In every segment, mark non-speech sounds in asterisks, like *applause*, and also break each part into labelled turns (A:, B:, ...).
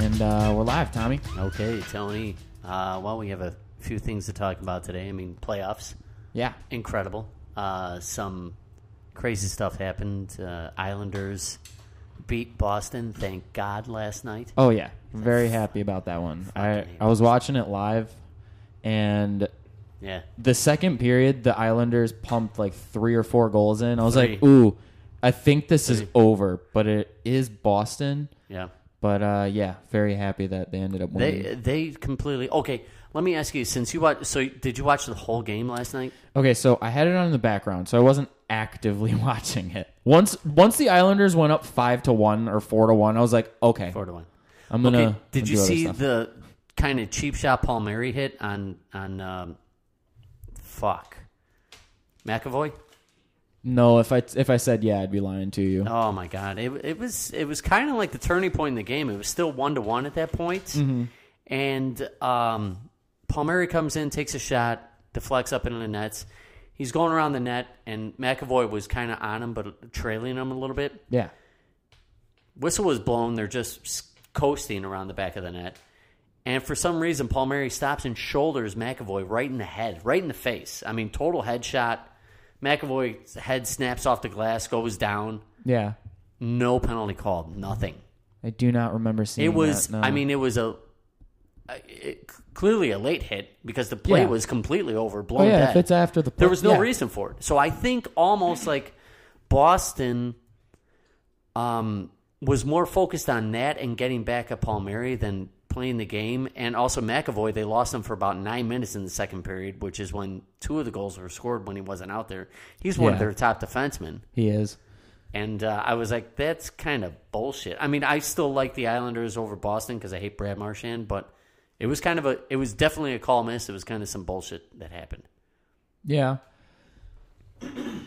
A: and uh, we're live, Tommy.
B: Okay, Tony. Uh, well, we have a few things to talk about today. I mean, playoffs,
A: Yeah,
B: incredible. Uh, some crazy stuff happened. Uh, Islanders beat Boston, thank God, last night.
A: Oh yeah, very happy about that one. I I was watching it live, and
B: Yeah,
A: the second period, the Islanders pumped like three or four goals in. I was like,
B: Three.
A: ooh, I think this is over, but it is Boston.
B: yeah.
A: But uh, yeah, very happy that they ended up winning.
B: They they completely okay. Let me ask you, since you watched, so did you watch the whole game last night?
A: Okay, so I had it on in the background, so I wasn't actively *laughs* watching it. Once once the Islanders went up five to one or four to one, I was like, okay,
B: Four to one.
A: I'm gonna.
B: okay, did
A: do
B: you
A: other
B: see
A: stuff.
B: the kind of cheap shot Palmieri hit on on um, fuck McAvoy?
A: No, if I if I said yeah, I'd be lying to you.
B: Oh my god! It, it was it was kind of like the turning point in the game. It was still one to one at that point, and um, Palmieri comes in, takes a shot, deflects up into the nets. He's going around the net, and McAvoy was kind of on him, but trailing him a little bit.
A: Yeah,
B: Whistle was blown. They're just s- coasting around the back of the net, and for some reason, Palmieri stops and shoulders McAvoy right in the head, right in the face. I mean, total headshot. McAvoy's head snaps off the glass, goes down
A: yeah.
B: no penalty called, nothing.
A: I do not remember seeing.
B: It was,
A: that, no.
B: I mean, it was a I- it, clearly a late hit because the play
A: Yeah.
B: was completely overblown.
A: oh yeah, if
B: dead.
A: it's after the
B: there was no
A: yeah.
B: reason for it. So I think almost like Boston, um, was more focused on that and getting back at Palmieri than playing the game. And also McAvoy, they lost him for about nine minutes in the second period, which is when two of the goals were scored when he wasn't out there. He's one of
A: Yeah.
B: their top defensemen.
A: He is.
B: And uh, I was like, that's kind of bullshit. I mean, I still like the Islanders over Boston because I hate Brad Marchand, but it was kind of a, it was definitely a call miss. It was kind of some bullshit that happened,
A: Yeah,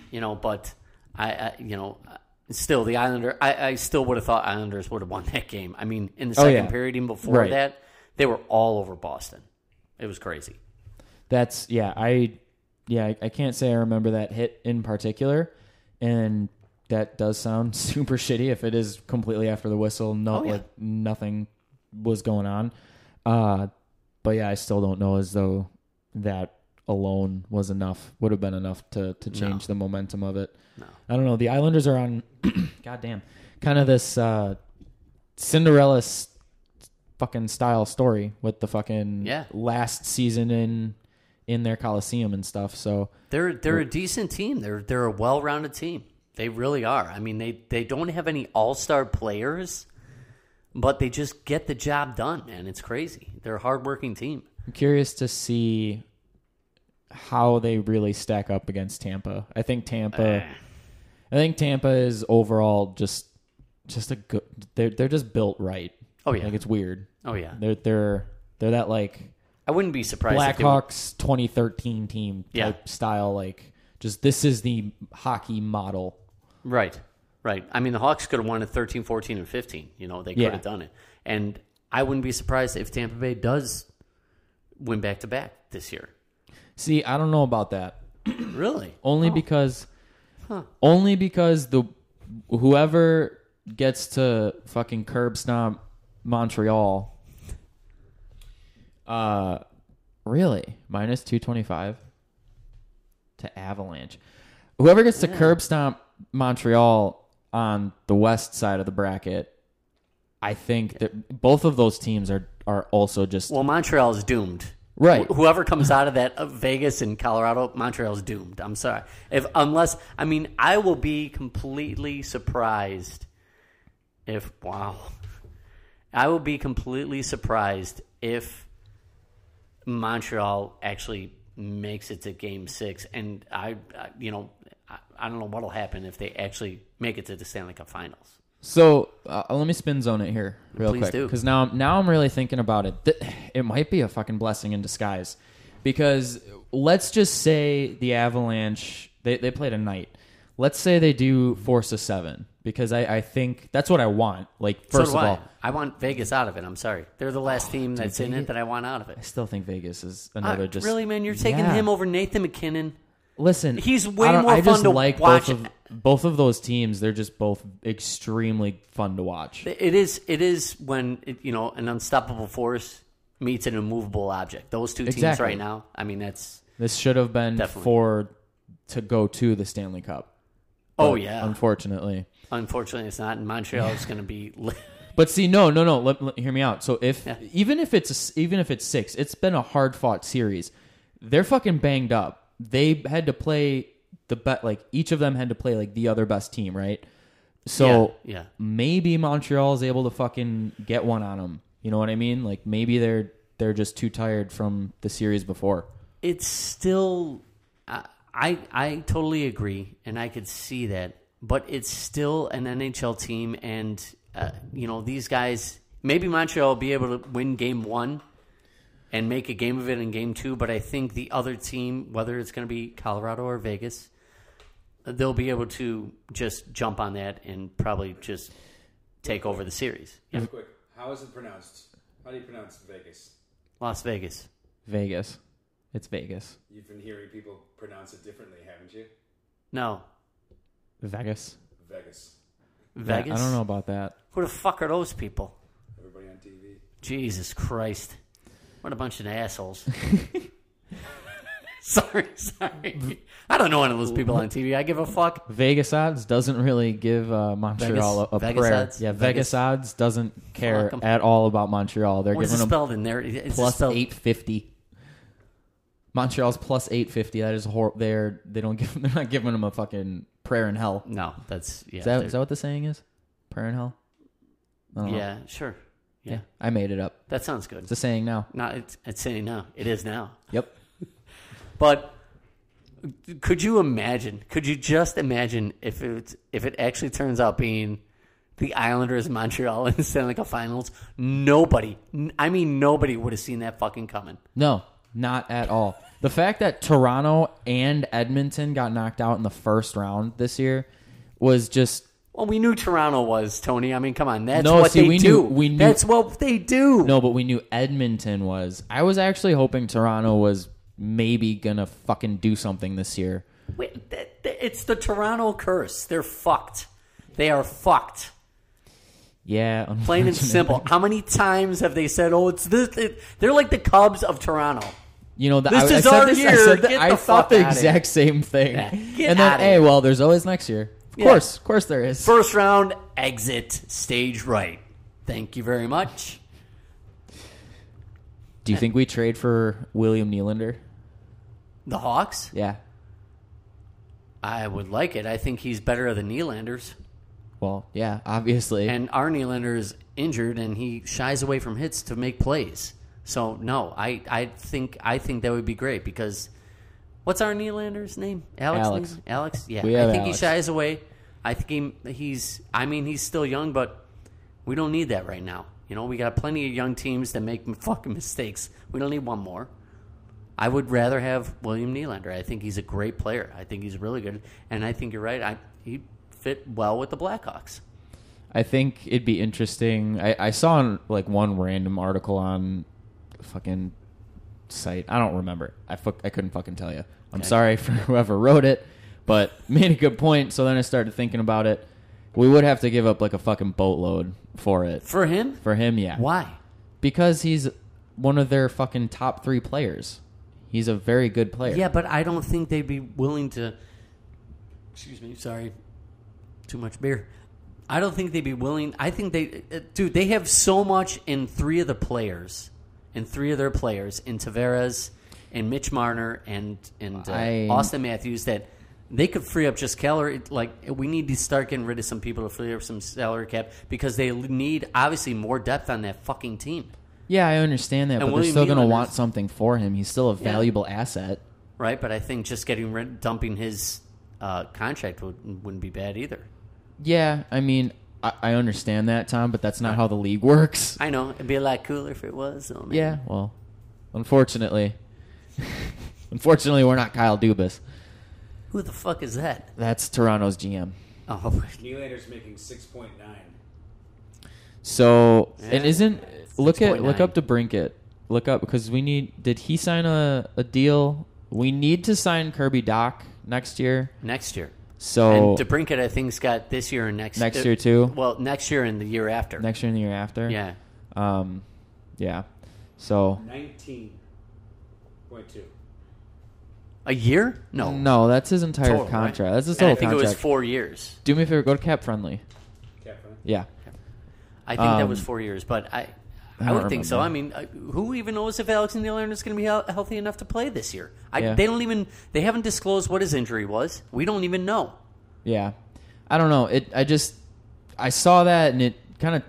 B: you know. But I, I you know, uh, still the Islander, I, I still would have thought Islanders would have won that game. I mean, in the
A: Oh,
B: second
A: yeah.
B: period, even before
A: Right.
B: that, they were all over Boston. It was crazy.
A: that's yeah. I yeah, I, I can't say I remember that hit in particular, and that does sound *laughs* super shitty if it is completely after the whistle. No,
B: Oh, yeah.
A: like nothing was going on. Uh, but yeah, I still don't know as though that alone was enough. Would have been enough to to change the momentum of it.
B: No.
A: I don't know. The Islanders are on, *clears throat* goddamn, kind of this uh, Cinderella s- fucking style story with the fucking
B: Yeah.
A: last season in in their Coliseum and stuff. So
B: They're they're a decent team. They're they're a well rounded team. They really are. I mean they they don't have any all star players, but they just get the job done, man. It's crazy. They're a hard working team.
A: I'm curious to see how they really stack up against Tampa. I think Tampa,
B: Uh.
A: I think Tampa is overall just just a good. They're they're just built right.
B: Oh, yeah.
A: like it's weird.
B: Oh yeah.
A: They're they're they're that like
B: I wouldn't be surprised. if they were-
A: Blackhawks 2013 team type
B: Yeah.
A: style. Like, just this is the hockey model.
B: Right. Right. I mean the Hawks could have won at 13, 14, and fifteen. You know, they could
A: Yeah.
B: have done it. And I wouldn't be surprised if Tampa Bay does win back to back this year.
A: See, I don't know about that.
B: Really?
A: Only because, only because the whoever gets to fucking curb stomp Montreal. Uh, really minus two twenty five to Avalanche. Whoever gets to curb stomp Montreal on the west side of the bracket, I think that both of those teams are are also just
B: Well, Montreal is doomed.
A: Right.
B: Wh- Whoever comes out of that of Vegas and Colorado, Montreal's doomed. I'm sorry. If unless I mean, I will be completely surprised if wow. I will be completely surprised if Montreal actually makes it to game 6 and I, I you know, I, I don't know what'll happen if they actually make it to the Stanley Cup finals.
A: So uh, let me spin zone it here real
B: Please
A: quick
B: do.
A: because now now I'm really thinking about it. Th- It might be a fucking blessing in disguise because let's just say the Avalanche they they play tonight. Let's say they do force a seven because I, I think that's what I want. Like
B: So
A: first
B: do
A: of
B: I.
A: all, Oh,
B: I want Vegas out of it. I'm sorry. They're the last team that's in it that I want out of it.
A: I still think Vegas is
B: Uh,
A: another just
B: really, man, you're taking
A: Yeah.
B: him over Nathan McKinnon.
A: Listen,
B: He's
A: I
B: way
A: don't-
B: more
A: I
B: fun
A: just
B: to
A: like
B: watch
A: both of- both of those teams, they're just both extremely fun to watch.
B: It is. It is when it, you know an unstoppable force meets an immovable object. Those two teams
A: Exactly.
B: right now. I mean, that's.
A: This should have been
B: Definitely.
A: for to go to the Stanley Cup.
B: Oh
A: But
B: yeah.
A: Unfortunately.
B: Unfortunately, it's not. And Montreal is going to be.
A: But see, no, no, no. Let, let- hear me out. So if even if it's even if it's six, it's been a hard fought series. They're fucking banged up. They had to play the bet. Like each of them had to play like the other best team, right? So
B: *laughs* Yeah, yeah.
A: maybe Montreal is able to fucking get one on them. You know what I mean? Like maybe they're they're just too tired from the series before.
B: it's still I, I I totally agree and I could see that but it's still an NHL team and uh, you know these guys maybe Montreal will be able to win game 1 and make a game of it in game 2 but I think the other team whether it's going to be Colorado or Vegas they'll be able to just jump on that and probably just take over the series Yeah,
C: Quick, how is it pronounced? How do you pronounce Vegas?
B: Las Vegas
A: Vegas, it's Vegas.
C: You've been hearing people pronounce it differently, haven't you?
B: no
A: Vegas.
C: Vegas.
B: Vegas
A: I don't know about that.
B: who the fuck are those people
C: Everybody on TV.
B: Jesus Christ. What a bunch
A: *laughs*
B: of assholes. sorry, sorry. I don't know any of those people on TV. I give a fuck.
A: Vegas odds doesn't really give uh, Montreal
B: Vegas-
A: a, a
B: Vegas
A: prayer.
B: odds?
A: Yeah, Vegas,
B: Vegas-
A: odds doesn't care
B: Fuck 'em.
A: at all about Montreal. They're
B: What's it
A: giving them
B: spelled in there? Is it
A: plus
B: spelled-
A: eight fifty. Montreal's plus eight fifty. That is hor- they're they don't give *laughs* they're not giving them a fucking prayer in hell.
B: No, that's yeah.
A: Is that
B: they're-
A: is that what the saying is? Prayer in hell. I don't know.
B: yeah, sure. Yeah.
A: yeah, I made it up.
B: That sounds good.
A: It's a saying now.
B: Not it's, it's saying now. It is now.
A: Yep.
B: *laughs* But could you imagine? Could you just imagine if it if it actually turns out being the Islanders of Montreal *laughs* in the Stanley Cup Finals? Nobody, I mean nobody, would have seen that fucking coming.
A: No, not at all. The fact that Toronto and Edmonton got knocked out in the first round this year was just
B: Well, we knew Toronto was Tony. I mean, come on, that's
A: No,
B: what
A: see,
B: they
A: we
B: do.
A: knew- we knew-
B: that's what they do.
A: No, but we knew Edmonton was. I was actually hoping Toronto was maybe gonna fucking do something this year.
B: Wait, that- that- it's the Toronto curse. They're fucked. They are fucked.
A: Yeah, *laughs*
B: Plain
A: unfortunately.
B: and simple. How many times have they said, "Oh, it's this"? It, they're like the Cubs of Toronto.
A: You know, the,
B: This
A: I,
B: is
A: I said
B: our
A: this, I,
B: year.
A: said that-
B: Get
A: I
B: the fuck
A: thought the
B: outta
A: exact same thing.
B: Yeah. *laughs* Get
A: and then,
B: outta
A: hey,
B: here.
A: well, there's always next year. Of
B: Yeah.
A: course, of course, there is.
B: First round exit, stage right. Thank you very much.
A: do you think we trade for William Nylander?
B: The Hawks.
A: Yeah.
B: I would like it. I think he's better than Nylander's.
A: Well, yeah, obviously.
B: and our Nylander is injured and he shies away from hits to make plays. So no, I, I think I think that would be great because what's our Nylander's name? Alex.
A: Alex.
B: name? Alex. Yeah,
A: We have
B: I think
A: Alex.
B: he shies away. I think he, he's. I mean, he's still young, but we don't need that right now. You know, we got plenty of young teams that make fucking mistakes. We don't need one more. I would rather have William Nylander. I think he's a great player. I think he's really good, and I think you're right. I he fit well with the Blackhawks.
A: I think it'd be interesting. I, I saw in, like one random article on fucking site. I don't remember. I fuck, I couldn't fucking tell you. I'm sorry for *laughs* whoever wrote it, but *laughs* made a good point. So then I started thinking about it. We would have to give up like a fucking boatload for it
B: For him,
A: for him. Yeah,
B: why?
A: because he's one of their fucking top three players. He's a very good player.
B: Yeah, but I don't think they'd be willing to. Excuse me, sorry. Too much beer. I don't think they'd be willing. I think they, uh, dude, they have so much in three of the players, in three of their players, in Tavares, and Mitch Marner, and and uh,
A: I-
B: Austin Matthews that they could free up just calorie. Like we need to start getting rid of some people to free up some salary cap because they need obviously more depth on that fucking team.
A: yeah, I understand that, but they're
B: William
A: still gonna
B: Nylander's-
A: want something for him. He's still a valuable asset.
B: right? But I think just getting rid, dumping his uh, contract would, wouldn't be bad either.
A: Yeah, I mean, I, I understand that, Tom, but that's not how the league works.
B: I know it'd be a lot cooler if it was. Though, man.
A: Yeah, well, unfortunately, *laughs* unfortunately, we're not Kyle Dubas.
B: Who the fuck is that?
A: That's Toronto's GM.
B: Oh, *laughs*
C: Nylander's making 6.9.
A: So it isn't. Look at look
B: 6.9.
A: up to Brinket. Look up because we need. Did he sign a, a deal? We need to sign Kirby Doc next year.
B: next year.
A: So
B: And DeBrinket, I think's got this year and next
A: next
B: uh,
A: year too.
B: Well, next year and the year after.
A: Next year and the year after.
B: yeah,
A: Um, yeah. So
C: Nineteen point two.
B: a year? No,
A: no, that's his entire
B: Total, right?
A: contract. That's his
B: And I
A: whole
B: think
A: contract.
B: it was four years.
A: Do me a favor, go to Cap Friendly.
C: Cap friendly.
A: Yeah.
B: I think that was
A: Um,
B: four years, but I,
A: I
B: I,
A: don't
B: would think so. I
A: remember.
B: mean, uh, who even knows if Alex Nealon is going to be hel- healthy enough to play this year? I,
A: Yeah.
B: They don't even. They haven't disclosed what his injury was. We don't even know.
A: Yeah. I don't know. It. I just. I saw that and it kind of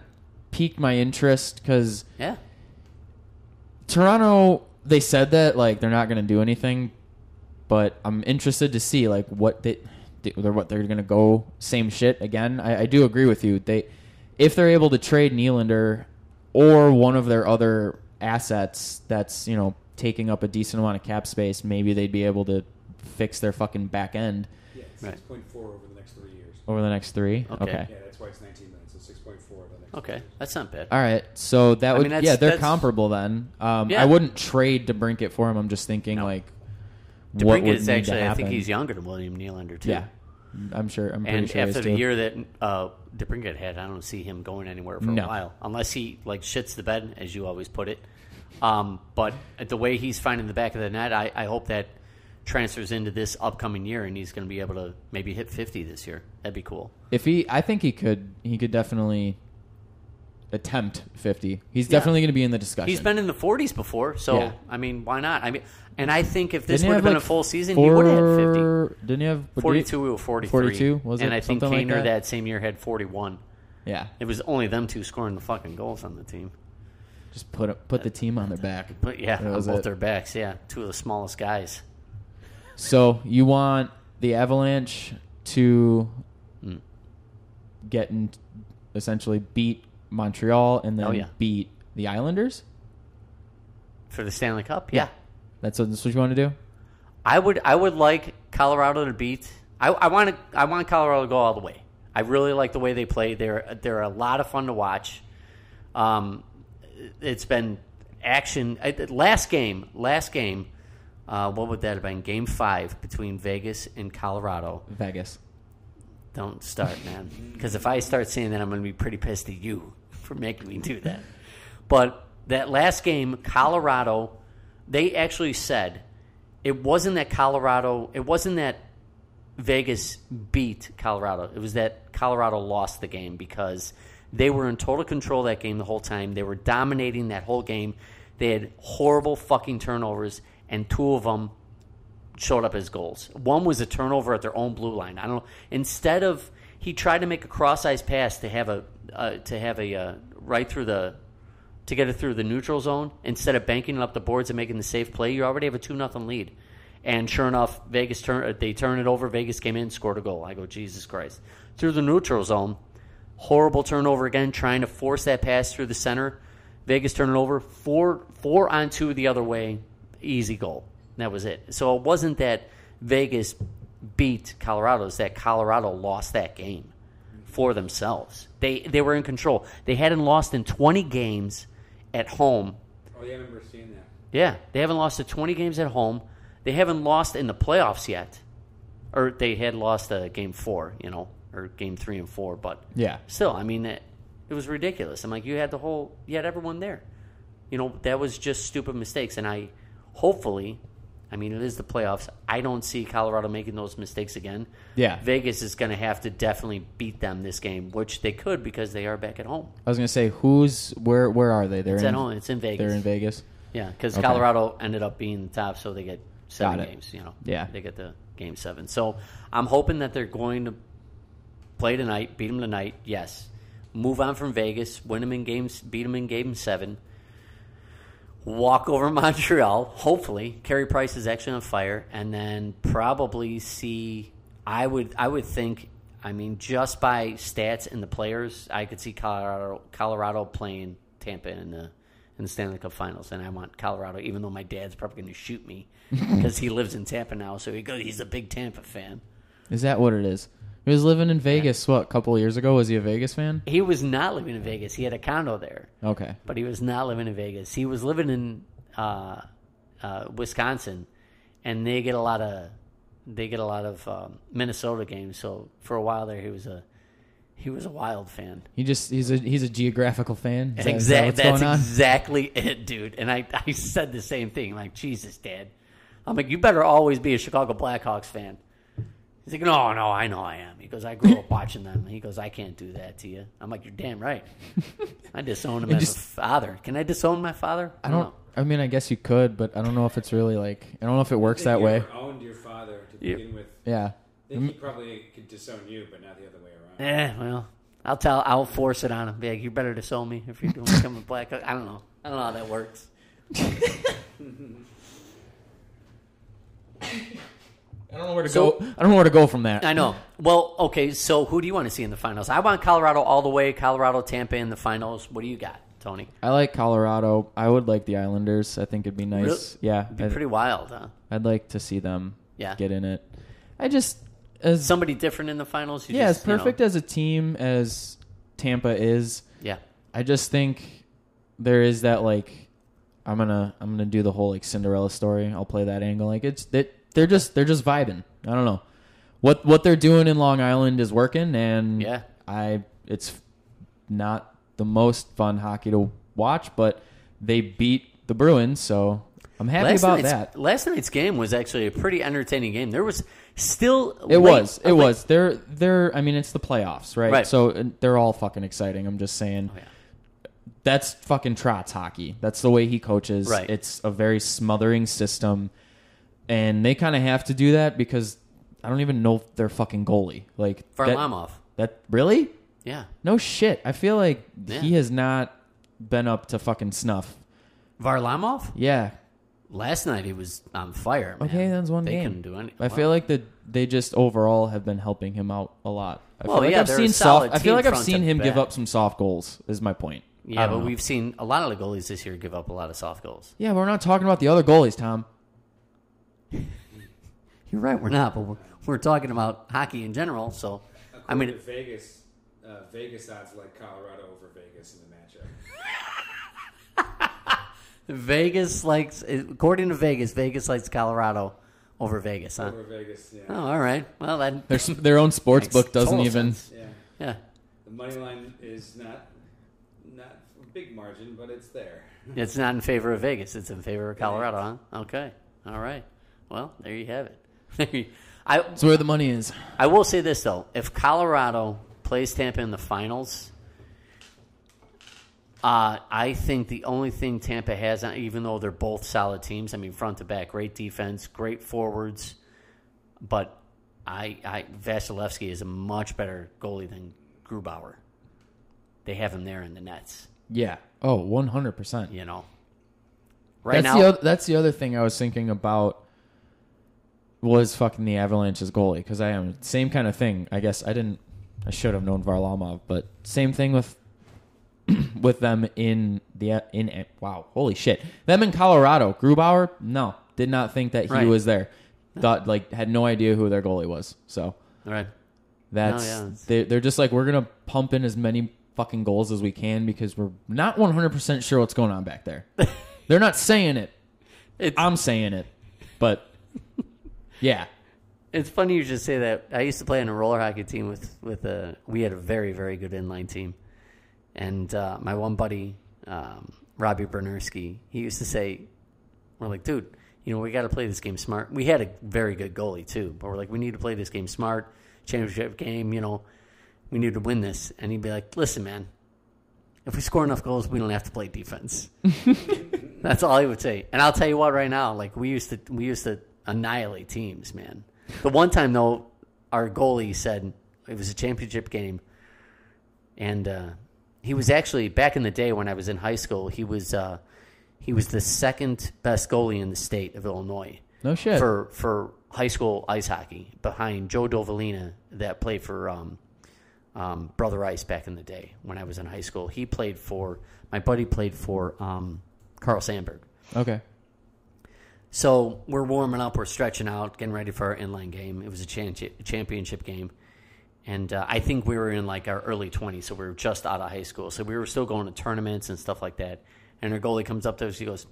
A: piqued my interest because
B: Yeah,
A: Toronto. They said that like they're not going to do anything, but I'm interested to see like what they, they they're what they're going to go same shit again. I, I do agree with you. They if they're able to trade Nylander or one of their other assets that's you know taking up a decent amount of cap space, maybe they'd be able to fix their fucking back end
C: Yeah,
B: Right.
C: six point four over the next three years.
A: over the next three.
B: Okay.
C: Yeah, that's why it's nineteen million. So six point four over the next. three
B: okay,
C: years.
B: that's not bad.
A: All right, so that would
B: mean, that's-
A: yeah, they're
B: that's-
A: comparable then. Um,
B: Yeah.
A: I wouldn't trade to Brinkett for him. I'm just thinking like what
B: DeBrinket
A: would
B: is
A: need
B: actually.
A: to
B: I think
A: happen.
B: he's younger than William Nylander too.
A: Yeah, I'm sure. I'm pretty
B: And
A: sure. he
B: after
A: is
B: the
A: too.
B: year that uh, DeBrinket had, I don't see him going anywhere for
A: No.
B: a while, unless he like shits the bed, as you always put it. Um, but the way he's finding the back of the net, I, I hope that transfers into this upcoming year, and he's going to be able to maybe hit fifty this year. That'd be cool.
A: if he, I think he could. He could definitely attempt 50. He's definitely going to be in the discussion.
B: He's been in the forties before, so
A: Yeah.
B: I mean, why not? I mean, and I think if this
A: Didn't he
B: would have
A: have,
B: been
A: like,
B: a full season,
A: four,
B: he would have had fifty.
A: Didn't he have what did he-
B: 42 or 43.
A: 42, was
B: And
A: it?
B: I think
A: Something like
B: Kaner
A: that?
B: same year had 41.
A: Yeah,
B: It was only them two scoring the fucking goals on the team.
A: just put put the team on their back.
B: But yeah,
A: That
B: on
A: was
B: both
A: it.
B: their backs. Yeah, two of the smallest guys.
A: So you want the Avalanche to
B: Mm.
A: get and essentially beat Montreal and then
B: Oh, yeah.
A: beat the Islanders.
B: For the Stanley Cup, yeah.
A: That's what, that's what you want to do.
B: I would I would like Colorado to beat I, I want to I want Colorado to go all the way. I really like the way they play. They're they're a lot of fun to watch. Um, it's been action. I- Last game, last game. Uh, what would that have been? Game five between Vegas and Colorado.
A: Vegas.
B: Don't start, man. Because if I start saying that, I'm going to be pretty pissed at you *laughs* for making me do that. But that last game, Colorado, they actually said it wasn't that Colorado, it wasn't that Vegas beat Colorado. It was that Colorado lost the game because they were in total control that game the whole time. They were dominating that whole game. They had horrible fucking turnovers, and two of them showed up as goals. One was a turnover at their own blue line. I don't. Instead of he tried to make a cross ice pass to have a uh, to have a uh, right through the to get it through the neutral zone instead of banking it up the boards and making the safe play. You already have a two nothing lead. And sure enough, Vegas turn uh, they turn it over. Vegas came in, scored a goal. I go, Jesus Christ! Through the neutral zone, horrible turnover again, trying to force that pass through the center. Vegas turning over four four on two the other way, easy goal. And that was it. So it wasn't that Vegas beat Colorado; it's that Colorado lost that game for themselves. They they were in control. They hadn't lost in twenty games at home.
C: Oh yeah, I remember seeing that.
B: Yeah, they haven't lost to twenty games at home. They haven't lost in the playoffs yet, or they had lost uh, game four, you know, or game three and four, but
A: Yeah.
B: still, I mean, it, it was ridiculous. I'm like, you had the whole, you had everyone there. You know, that was just stupid mistakes. And I, hopefully, I mean, it is the playoffs. I don't see Colorado making those mistakes again.
A: Yeah.
B: Vegas is going to have to definitely beat them this game, which they could because they are back at home.
A: I was gonna say who's where where are they? They're
B: It's
A: in
B: at home. It's in Vegas.
A: they're in Vegas.
B: Yeah, because
A: Okay.
B: Colorado ended up being the top, so they get seven
A: Got it.
B: games. You know,
A: Yeah.
B: they get the game seven. So I'm hoping that they're going to play tonight, beat them tonight. Yes, move on from Vegas, win them in games, beat them in game seven. Walk over *laughs* Montreal. Hopefully, Carey Price is actually on fire, and then probably see. I would, I would think. I mean, just by stats and the players, I could see Colorado, Colorado playing Tampa in the in the Stanley Cup Finals, and I want Colorado. Even though my dad's probably going to shoot me because he lives in Tampa now, so he goes. He's a big Tampa fan.
A: Is that what it is? He was living in Vegas. What a couple of years ago was he a Vegas fan?
B: He was not living in Vegas. He had a condo there.
A: Okay.
B: but he was not living in Vegas. He was living in uh, uh, Wisconsin, and they get a lot of they get a lot of um, Minnesota games. So for a while there, he was a he was a wild fan.
A: He just he's a he's a geographical fan. Is that- is that
B: Exactly.
A: what's
B: That's
A: going on?
B: exactly *laughs* it, dude. And I, I said the same thing. Like, Jesus, Dad. I'm like, you better always be a Chicago Blackhawks fan. He's like, no, no, I know I am. He goes, I grew up watching them. He goes, I can't do that to you. I'm like, you're damn right. I disown
A: *laughs*
B: him as
A: just-
B: a father. Can I disown my father?
A: I don't. I mean, I guess you could, but I don't know if it's really like. I don't know if it works that
C: you
A: way.
C: ever owned your father to
B: Yeah. Mm-hmm.
C: begin with.
A: Yeah.
C: I think he probably could disown you, but not the other way around.
B: Eh, well, I'll tell. I'll force it on him. Be like, you better disown me if you're doing become a black. I don't know. I don't know how that works.
A: I don't know where to
B: So-
A: go. I don't know where to go from that.
B: I know. Well, okay. So who do you want to see in the finals? I want Colorado all the way. Colorado, Tampa in the finals. What do you got, Tony?
A: I like Colorado. I would like the Islanders. I think it'd be nice.
B: Really?
A: Yeah,
B: It'd be
A: I'd,
B: pretty wild, huh?
A: I'd like to see them.
B: Yeah.
A: get in it. I just as
B: Somebody different in the finals. You
A: yeah,
B: just,
A: as
B: you know-
A: perfect as a team as Tampa is,
B: yeah.
A: I just think there is that like I'm gonna I'm gonna do the whole like Cinderella story. I'll play that angle. Like it's that they're just they're just vibing. I don't know what what they're doing in Long Island is working, and
B: Yeah.
A: I it's not the most fun hockey to watch, but they beat the Bruins, so I'm happy about
B: night's,
A: that.
B: Last night's game was actually a pretty entertaining game. There was still
A: It
B: late-
A: was. It
B: a late-
A: was. They're they're. I mean, it's the playoffs, right?
B: Right. Oh,
A: So uh, they're all fucking exciting. I'm just saying.
B: yeah.
A: That's fucking Trotz hockey. That's the way he coaches.
B: Right.
A: It's a very smothering system, and they kind of have to do that because I don't even know if they're fucking goalie. Like that-
B: Varlamov.
A: That really?
B: Yeah.
A: No shit. I feel like
B: Yeah.
A: he has not been up to fucking snuff.
B: Varlamov?
A: Yeah.
B: Last night he was on fire. Man.
A: Okay, that's one
B: they
A: game.
B: couldn't do anything.
A: I feel like that they just overall have been helping him out a lot. I
B: Well,
A: feel like
B: yeah,
A: I've
B: they're a
A: seen
B: solid
A: soft. I feel
B: team
A: like I've
B: front
A: seen
B: to
A: him give
B: back.
A: up some soft goals. Is my point. I
B: Yeah,
A: don't
B: but
A: know.
B: we've seen a lot of the goalies this year give up a lot of soft goals.
A: Yeah, but we're not talking about the other goalies, Tom.
B: You're right, *laughs* we're not, but we're, we're talking about hockey in general. So, I
C: According
B: mean,
C: to Vegas, uh, Vegas odds like Colorado over Vegas in the matchup.
B: Vegas likes, according to Vegas, Vegas likes Colorado over Vegas, huh?
C: Over Vegas, yeah.
B: Oh, all right. Well, then,
A: Their s- their own sports
B: Makes
A: book doesn't
B: total
A: even.
B: sense.
C: Yeah.
B: yeah.
C: The money line is not not a big margin, but it's there.
B: It's not in favor of Vegas. It's in favor of Colorado, huh? Okay. All right. Well, there you have it. *laughs* I,
A: It's where the money is.
B: I will say this though: if Colorado plays Tampa in the finals, uh, I think the only thing Tampa has, uh, even though they're both solid teams, I mean front to back, great defense, great forwards, but I, I Vasilevsky is a much better goalie than Grubauer. They have him there in the nets,
A: Yeah. Oh, one hundred percent.
B: you know. Right
A: that's
B: now,
A: the oth- that's the other thing I was thinking about was fucking the Avalanche's goalie because I am same kind of thing. I guess I didn't. I should have known Varlamov, but same thing with *clears throat* with them in the in wow, holy shit, them in Colorado. Grubauer, no, did not think that he
B: Right.
A: was there. Thought like had no idea who their goalie was. So
B: all right.
A: that's
B: yeah, it's-
A: they, they're just like we're gonna pump in as many fucking goals as we can because we're not one hundred percent sure what's going on back
B: *laughs*
A: there. they're not saying it,
B: It's,
A: I'm saying it, but yeah,
B: It's funny you should say that. I used to play on a roller hockey team with with a. We had a very very good inline team, and uh, my one buddy um, Robbie Bernerski, he used to say, "We're like, dude, you know, we got to play this game smart. We had a very good goalie too, but we're like, we need to play this game smart. Championship game, you know, we need to win this." And he'd be like, "Listen, man, if we score enough goals, we don't have to play defense." That's all he would say. And I'll tell you what, right now, like we used to, we used to annihilate teams, man. The one time though, our goalie said it was a championship game, and uh, he was actually back in the day when I was in high school. He was uh, he was the second best goalie in the state of Illinois
A: no shit.
B: for for high school ice hockey behind Joe Dovalina that played for um, um, Brother Ice back in the day when I was in high school. He played for my buddy played for um, Carl Sandberg.
A: okay,
B: So we're warming up, we're stretching out, getting ready for our inline game. It was a chan- championship game. And uh, I think we were in like our early 20s, so we were just out of high school. So we were still going to tournaments and stuff like that. And our goalie comes up to us, he goes,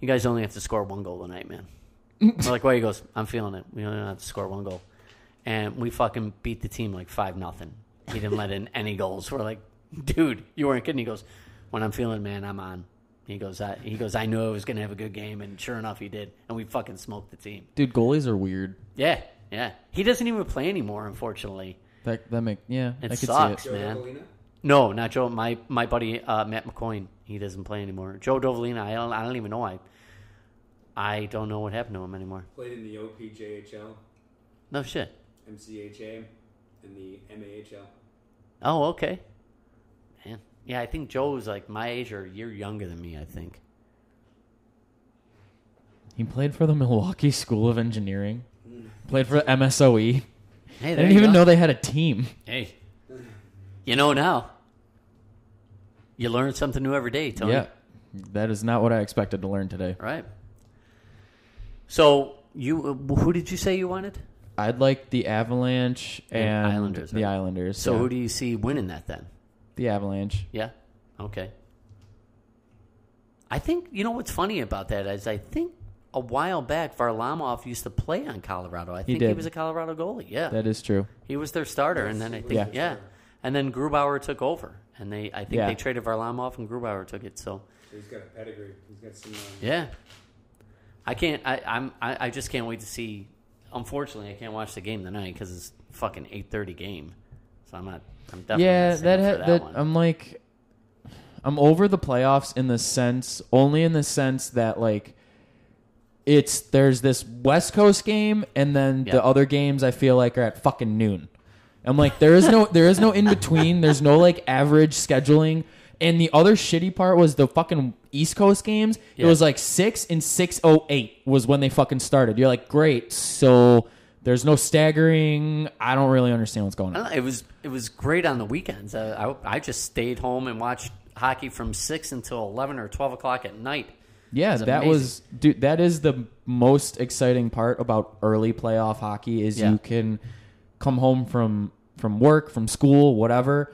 B: You guys only have to score one goal tonight, man. We're like, well, he goes, I'm feeling it. We only have to score one goal. And we fucking beat the team like 5 nothing. He didn't let in any goals. We're like, dude, you weren't kidding. He goes, when I'm feeling, it, man, I'm on. He goes, I, he goes, I knew I was going to have a good game. And sure enough, he did. And we fucking smoked the team.
A: Dude, goalies are weird.
B: Yeah, yeah. He doesn't even play anymore, unfortunately.
A: That that make yeah. I
B: It
A: could
B: sucks,
A: see it.
B: man.
C: Galena?
B: No, not Joe. My my buddy uh, Matt McCoyne. He doesn't play anymore. Joe Dovalina. I don't, I don't even know. I I don't know what happened to him anymore.
C: Played in the OPJHL,
B: No shit.
C: MCHA, and the MAHL.
B: Oh, okay. Man. Yeah, I think Joe was like my age or a year younger than me. I think.
A: He played for the Milwaukee School of Engineering. Played for MSOE.
B: Hey,
A: I
B: there
A: E. didn't
B: you
A: even
B: go.
A: know they had a team.
B: Hey, you know now. You learn something new every day, Tony.
A: Yeah. That is not what I expected to learn today.
B: Right. So you, who did you say you wanted?
A: I'd like the Avalanche and
B: Islanders,
A: The
B: right?
A: Islanders.
B: So
A: yeah.
B: who do you see winning that then?
A: the Avalanche?
B: Yeah. Okay. I think you know what's funny about that is I think a while back Varlamov used to play on Colorado. I think he
A: did.
B: was a Colorado goalie. Yeah,
A: That is true.
B: he was their starter, and then I think yeah.
A: Yeah.
B: and then Grubauer took over, and they I think
A: Yeah.
B: they traded Varlamov and Grubauer took it. So
C: So he's got a pedigree. He's got some. Uh,
B: yeah, I can't. I, I'm. I, I just can't wait to see. Unfortunately, I can't watch the game tonight because it's fucking eight thirty game. So I'm not. I'm definitely
A: yeah,
B: not staying
A: that,
B: up
A: ha-
B: for
A: that, um
B: one.
A: I'm like, I'm over the playoffs in the sense, only in the sense that like, it's there's this West Coast game, and then
B: Yeah.
A: the other games I feel like are at fucking noon. I'm like, there is no there is no in between. *laughs* There's no like average scheduling. And the other shitty part was the fucking East Coast games.
B: Yeah.
A: It was like six and six oh eight was when they fucking started. You're like, great. So there's no staggering. I don't really understand what's going on.
B: I don't know, it was it was great on the weekends. Uh, I I just stayed home and watched hockey from six until eleven or twelve o'clock at night.
A: Yeah,
B: It's
A: that
B: amazing.
A: was dude. That is the most exciting part about early playoff hockey is
B: Yeah.
A: you can come home from from work, from school, whatever,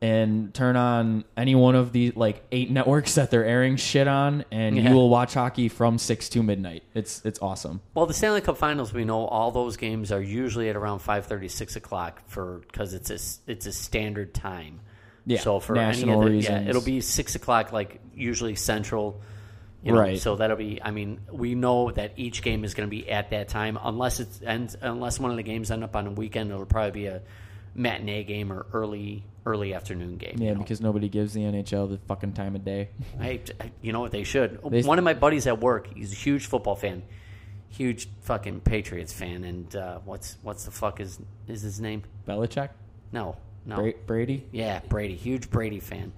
A: and turn on any one of the like eight *laughs* networks that they're airing shit on, and
B: Yeah.
A: you will watch hockey from six to midnight. It's it's awesome.
B: Well, the Stanley Cup Finals, we know all those games are usually at around 5.30, 6 o'clock for because it's a s- it's a standard time.
A: Yeah,
B: So for
A: national
B: any of the,
A: reasons.
B: yeah, it'll be six o'clock, like usually central. You know,
A: Right.
B: So that'll be. I mean, we know that each game is going to be at that time, unless it's and unless one of the games end up on a weekend, it'll probably be a matinee game or early early afternoon game. you
A: Yeah,
B: know?
A: because nobody gives the NHL the fucking time of
B: *laughs*
A: day.
B: I, I- you know what they should.
A: They-
B: One of my buddies at work, he's a huge football fan, huge fucking Patriots fan, and uh, what's what's the fuck is is his name?
A: Belichick,
B: No, no,
A: Bra- Brady.
B: yeah, Brady, huge Brady fan.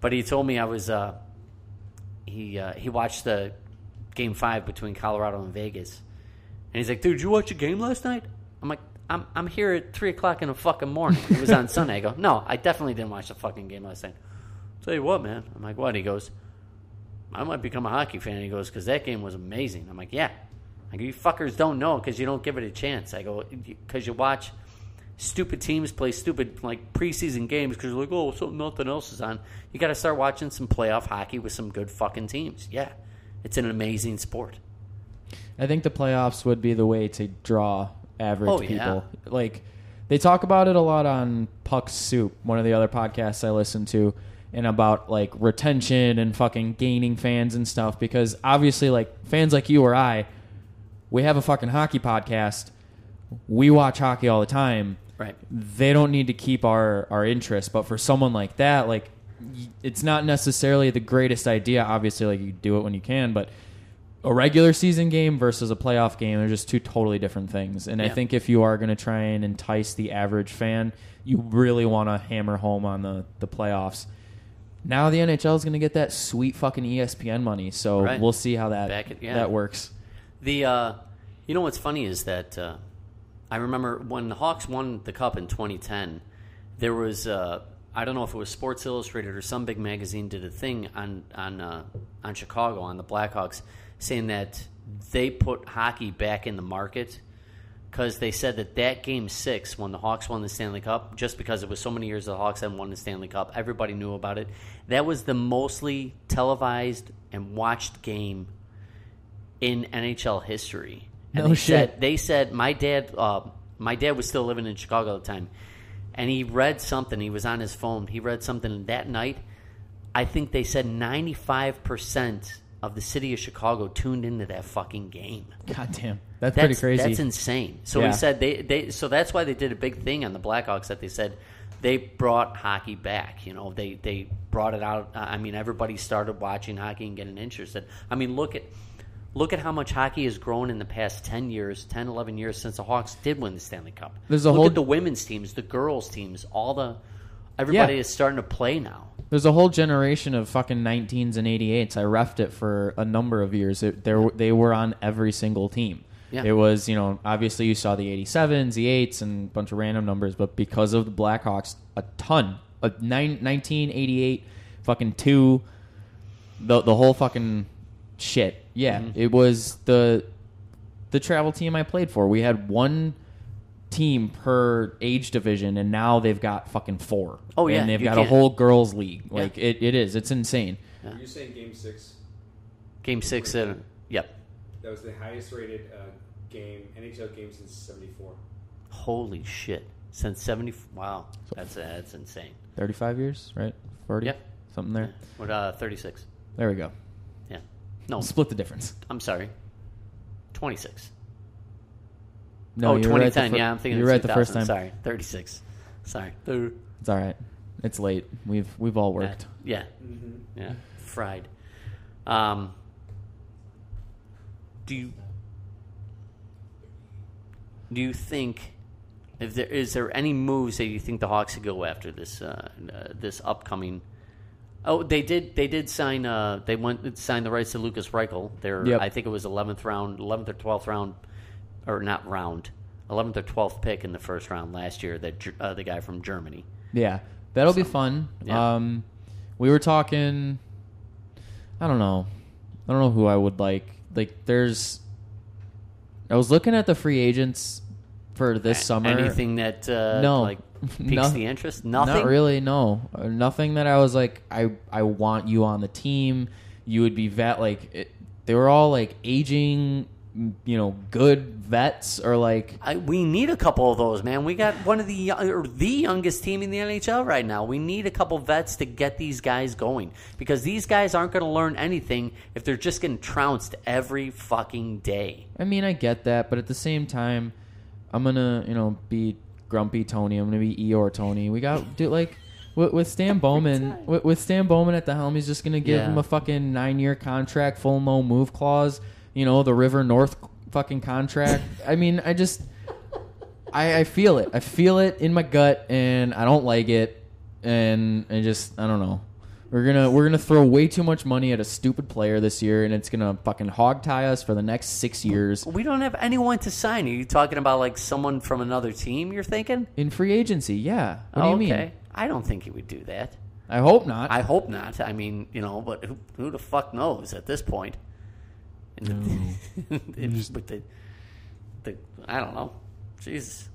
B: But he told me I was. Uh, he uh, he watched the game five between Colorado and Vegas, and he's like, "Dude, you watch a game last night?" I'm like, "I'm I'm here at three o'clock in the fucking morning. It was on Sunday." I go, "No, I definitely didn't watch the fucking game last night." Tell you what, man. I'm like, "What?" He goes, "I might become a hockey fan." He goes, "Cause that game was amazing." I'm like, "Yeah." I go, "You fuckers don't know because you don't give it a chance." I go, "Cause you watch." stupid teams play stupid like preseason games because you're like, oh, so nothing else is on. You got to start watching some playoff hockey with some good fucking teams. Yeah, it's an amazing sport.
A: I think the playoffs would be the way to draw average
B: Oh, yeah.
A: people. Like they talk about it a lot on Puck Soup, one of the other podcasts I listen to, and about like retention and fucking gaining fans and stuff because obviously like fans like you or I, we have a fucking hockey podcast. We watch hockey all the time
B: Right.
A: they don't need to keep our our interest but for someone like that like y- it's not necessarily the greatest idea obviously like you do it when you can but a regular season game versus a playoff game are just two totally different things and i
B: Yeah.
A: think if you are going to try and entice the average fan you really want to hammer home on the the playoffs now the nhl is going to get that sweet fucking E espn money so
B: Right.
A: we'll see how that
B: Back it- yeah.
A: that works
B: The uh, you know what's funny is that uh, I remember when the Hawks won the cup in 2010. There was uh, I don't know if it was Sports Illustrated or some big magazine did a thing on on uh, on Chicago on the Blackhawks saying that they put hockey back in the market because they said that that game six when the Hawks won the Stanley Cup just because it was so many years the Hawks hadn't won the Stanley Cup everybody knew about it that was the mostly televised and watched game in NHL history.
A: No
B: they
A: shit.
B: Said, they said my dad. Uh, my dad was still living in Chicago at the time, and he read something. He was on his phone. He read something that night. I think they said ninety five percent of the city of Chicago tuned into that fucking game.
A: God damn, that's,
B: That's
A: pretty crazy.
B: That's insane. So
A: Yeah.
B: he said they, they so that's why they did a big thing on the Blackhawks that they said they brought hockey back. You know, they they brought it out. I mean, everybody started watching hockey and getting interested. I mean, look at look at how much hockey has grown in the past 10 years 10 11 years since the hawks did win the stanley cup
A: There's a
B: look
A: whole-
B: at the women's teams the girls teams all the everybody
A: Yeah.
B: is starting to play now
A: There's a whole generation of fucking 19s and 88s. I refed it for a number of years. It, there, they were on every single team.
B: Yeah.
A: It was, you know, obviously you saw the 87s, the 8s, and a bunch of random numbers, but because of the Blackhawks, a ton. A nine, 1988, fucking two, the, the whole fucking shit. Yeah,
B: Mm-hmm.
A: it was the the travel team I played for. We had one team per age division, and now they've got fucking four.
B: Oh, yeah,
A: and they've
B: you
A: got a
B: can't-
A: whole girls league. Like it, it is. It's insane.
C: Were you saying Game Six?
B: game six and yep
C: That was the highest rated uh, game NHL game since '74.
B: holy shit since 70 wow that's that's insane
A: Thirty-five years, right? Forty.
B: Yeah. Oh.
A: Something there.
B: What uh, 36.
A: There we go.
B: Yeah. No,
A: Split the difference.
B: I'm sorry. 26.
A: No,
B: oh,
A: you were right the
B: 2010.
A: fir-
B: yeah, I'm thinking
A: you
B: of
A: were right the first
B: 2000.
A: time.
B: Sorry. 36. Sorry. Thir-
A: It's all right. It's late. We've we've all worked.
B: Uh, Yeah. Yeah. Fried. Um, do you do you think if there is there any moves that you think the Hawks should go after this uh, uh, this upcoming? Oh, they did. They did sign. Uh, they went signed the rights to Lucas Reichel. Their
A: Yep.
B: I think it was eleventh round, eleventh or twelfth round, or not round, eleventh or twelfth pick in the first round last year. That Ger- uh, the guy from Germany.
A: Yeah, that'll be fun.
B: yeah.
A: Um, we were talking. I don't know. I don't know who I would like. Like, there's. I was looking at the free agents for this
B: A-
A: summer.
B: Anything that uh,
A: No. *laughs*
B: like piques
A: No-
B: the interest? Nothing.
A: Not really. No, Uh, nothing that I was like. I I want you on the team. You would be vet. Like it, they were all like aging. m- You know, good vets or like
B: I, we need a couple of those, man. We got one of the yo- or the youngest team in the NHL right now. We need a couple vets to get these guys going because these guys aren't going to learn anything if they're just getting trounced every fucking day.
A: I mean, I get that, but at the same time, I'm gonna, you know, be grumpy Tony. I'm gonna be Eeyore Tony. We got do like with, with Stan Bowman. With, with Stan Bowman at the helm, he's just gonna give
B: Yeah.
A: him a fucking nine year contract, full no move clause. You know, the River North fucking contract. I mean, I just, I, I feel it. I feel it in my gut, and I don't like it. And I just, I don't know. We're gonna we're gonna throw way too much money at a stupid player this year, and it's gonna fucking hog tie us for the next six years.
B: We don't have anyone to sign. Are you talking about like someone from another team? You're thinking?
A: In free agency, yeah. What do you mean?
B: I don't think he would do that.
A: I hope not.
B: Oh, I hope not. I mean, you know, but who, who the fuck knows at this point? *laughs* And it- with the, the, I don't know. Jesus.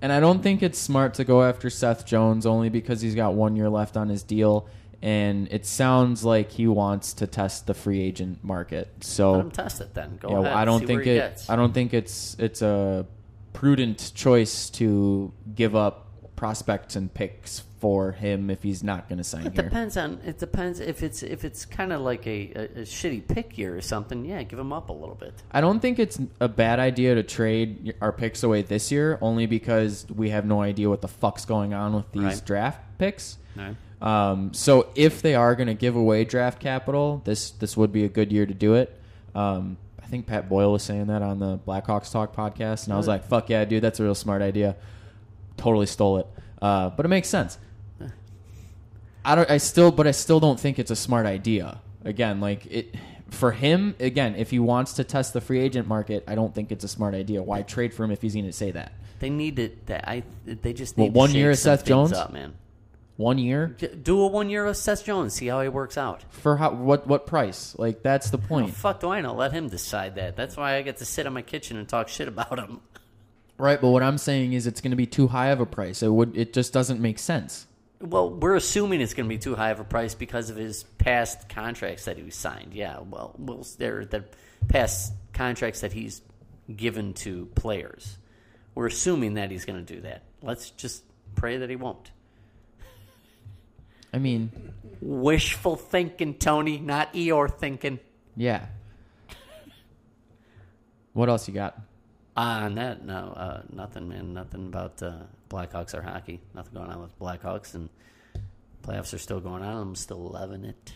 A: and I don't think it's smart to go after Seth Jones only because he's got one year left on his deal, and it sounds like he wants to test the free agent market.
B: Let him
A: So
B: test it then. Go
A: yeah,
B: ahead.
A: I don't
B: see
A: think
B: where he
A: it.
B: gets.
A: I don't think it's it's a prudent choice to give up prospects and picks for him if he's not going to sign
B: *laughs* It
A: here.
B: depends on. It depends if it's if it's kind of like a, a, a shitty pick year or something. Yeah, give him up a little bit.
A: I don't think it's a bad idea to trade our picks away this year, only because we have no idea what the fuck's going on with these
B: Right.
A: draft picks.
B: Right.
A: Um, so if they are going to give away draft capital, this this would be a good year to do it. Um, I think Pat Boyle was saying that on the Blackhawks Talk podcast, and I was like, "Fuck yeah, dude, that's a real smart idea." Totally stole it, uh, but it makes sense. I don't. I still, but I still don't think it's a smart idea. Again, like it for him. Again, if he wants to test the free agent market, I don't think it's a smart idea. Why trade for him if he's going to say that
B: They need it. That I. They just need
A: Well,
B: to
A: one year of
B: shake some
A: Seth
B: things
A: Jones?
B: up, man.
A: one year
B: J- Do a one year of Seth Jones. See how he works out.
A: for how what what price? Like that's the
B: The
A: point,
B: fuck do I know? Let him decide that. That's why I get to sit in my kitchen and talk shit about him.
A: right? But what I'm saying is it's going to be too high of a price. It would it just doesn't make sense.
B: Well, we're assuming it's going to be too high of a price because of his past contracts that he signed. Yeah, well, we'll there the past contracts that he's given to players. We're assuming that he's going to do that. Let's just pray that he won't.
A: I mean,
B: Wishful thinking, Tony, not Eeyore thinking.
A: yeah. What else you got?
B: Uh, on that, no, uh, nothing, man. Nothing about uh, Blackhawks or hockey. Nothing going on with Blackhawks, and playoffs are still going on. I'm still loving it.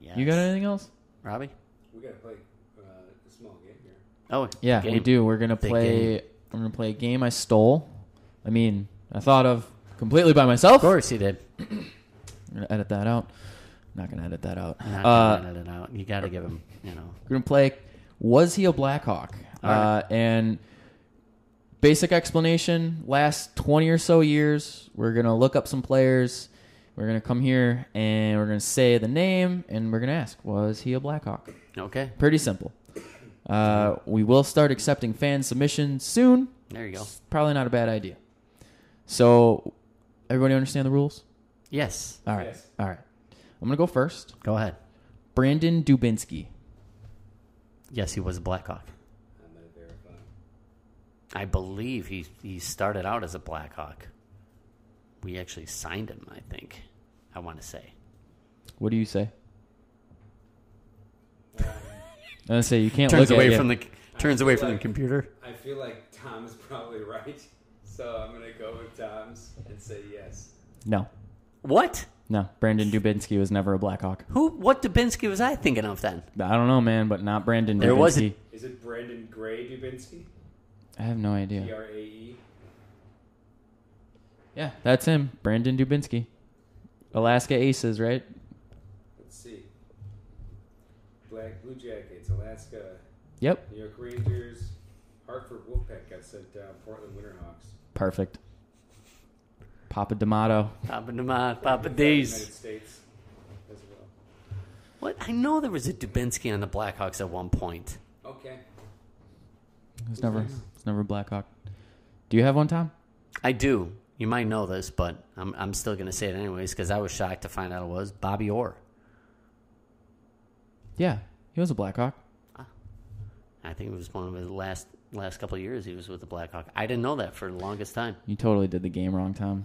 B: Yes.
A: You got anything else?
B: Robbie?
C: We gotta play uh, a small game here.
B: Oh,
A: Yeah, we
B: game.
A: do. We're gonna
B: Big
A: play.
B: game.
A: I'm gonna play a game I stole. I mean, I thought of completely by myself.
B: Of course, you did.
A: I'm gonna edit that out. I'm not gonna edit that out.
B: Not
A: Uh,
B: gonna edit it out. You got to give him, you know.
A: We're gonna play. Was he a Blackhawk? Uh, and basic explanation: last twenty or so years, we're gonna look up some players. We're gonna come here and we're gonna say the name, and we're gonna ask: Was he a Blackhawk?
B: Okay,
A: Pretty simple. Uh, we will start accepting fan submissions soon.
B: there you go.
A: It's probably not a bad idea. So, everybody understand the rules?
B: Yes,
A: All right.
C: Yes.
A: All right. I'm gonna go first.
B: go ahead.
A: Brandon Dubinsky.
B: Yes, he was a Blackhawk.
C: I'm gonna verify.
B: I believe he he started out as a Blackhawk. We actually signed him. I think. I want to say.
A: What do you say?
C: Um,
A: I'm gonna say you can't
B: turns
A: look
B: away
A: at,
B: from
A: yeah.
B: the turns away from the computer.
C: I feel like Tom is probably *laughs* right, so I'm gonna go with Tom's and say yes.
A: no,
B: What?
A: no. Brandon Dubinsky was never a Blackhawk.
B: Who? What Dubinsky was I thinking of then?
A: I don't know, man, but not Brandon.
B: There
A: Dubinsky.
B: was a-
C: Is it Brandon Gray Dubinsky?
A: I have no idea.
C: B R A E.
A: Yeah, that's him, Brandon Dubinsky. Alaska Aces, right?
C: Let's see. Black Blue Jackets, Alaska,
A: Yep,
C: New York Rangers, Hartford Wolfpack got sent down, uh, Portland Winterhawks.
A: perfect. Papa D'Amato.
B: Papa Demont, Papa
C: United
B: D's.
C: States as well.
B: What? I know there was a Dubinsky on the Blackhawks at one point.
C: Okay.
A: It was never, it's never a Blackhawk. Do you have one, Tom?
B: I do. You might know this, but I'm I'm still gonna say it anyways because I was shocked to find out it was Bobby Orr.
A: Yeah, he was a Blackhawk.
B: I think it was one of his last last couple of years he was with the Blackhawk. I didn't know that for the longest time.
A: You totally did the game wrong, Tom.